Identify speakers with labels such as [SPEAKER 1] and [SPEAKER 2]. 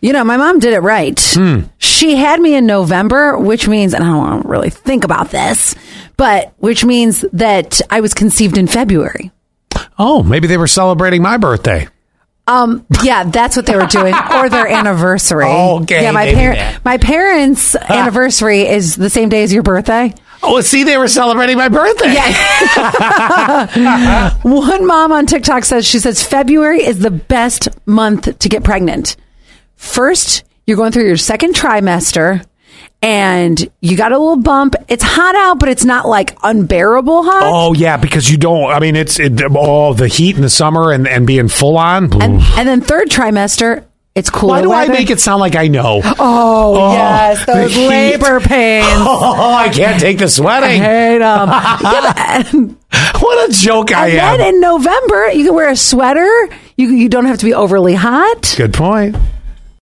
[SPEAKER 1] You know, my mom did it right.
[SPEAKER 2] Hmm.
[SPEAKER 1] She had me in November, which means, and I don't want to really think about this, but which means that I was conceived in February.
[SPEAKER 2] Oh, maybe they were celebrating my birthday.
[SPEAKER 1] Um, yeah, that's what they were doing, or their anniversary.
[SPEAKER 2] Okay,
[SPEAKER 1] yeah, my
[SPEAKER 2] maybe Ah.
[SPEAKER 1] parent,
[SPEAKER 2] that.
[SPEAKER 1] my parents' anniversary is the same day as your birthday.
[SPEAKER 2] Oh, see, they were celebrating my birthday.
[SPEAKER 1] Yeah. One mom on TikTok says she says February is the best month to get pregnant. First, you're going through your second trimester and you got a little bump. It's hot out, but it's not like unbearable hot.
[SPEAKER 2] Oh, yeah, because you don't. I mean, it's it, all the heat in the summer and, and being full on. Oof.
[SPEAKER 1] And then third trimester, it's cool.
[SPEAKER 2] Oh. Why do I make it sound like I know? Oh,
[SPEAKER 1] Oh, yes,
[SPEAKER 2] the
[SPEAKER 1] those
[SPEAKER 2] heat.
[SPEAKER 1] labor pains.
[SPEAKER 2] Oh, I can't take the sweating.
[SPEAKER 1] Hate 'em.
[SPEAKER 2] What a joke I
[SPEAKER 1] And then
[SPEAKER 2] am.
[SPEAKER 1] in November, you can wear a sweater. You, you don't have to be overly hot.
[SPEAKER 2] Good point.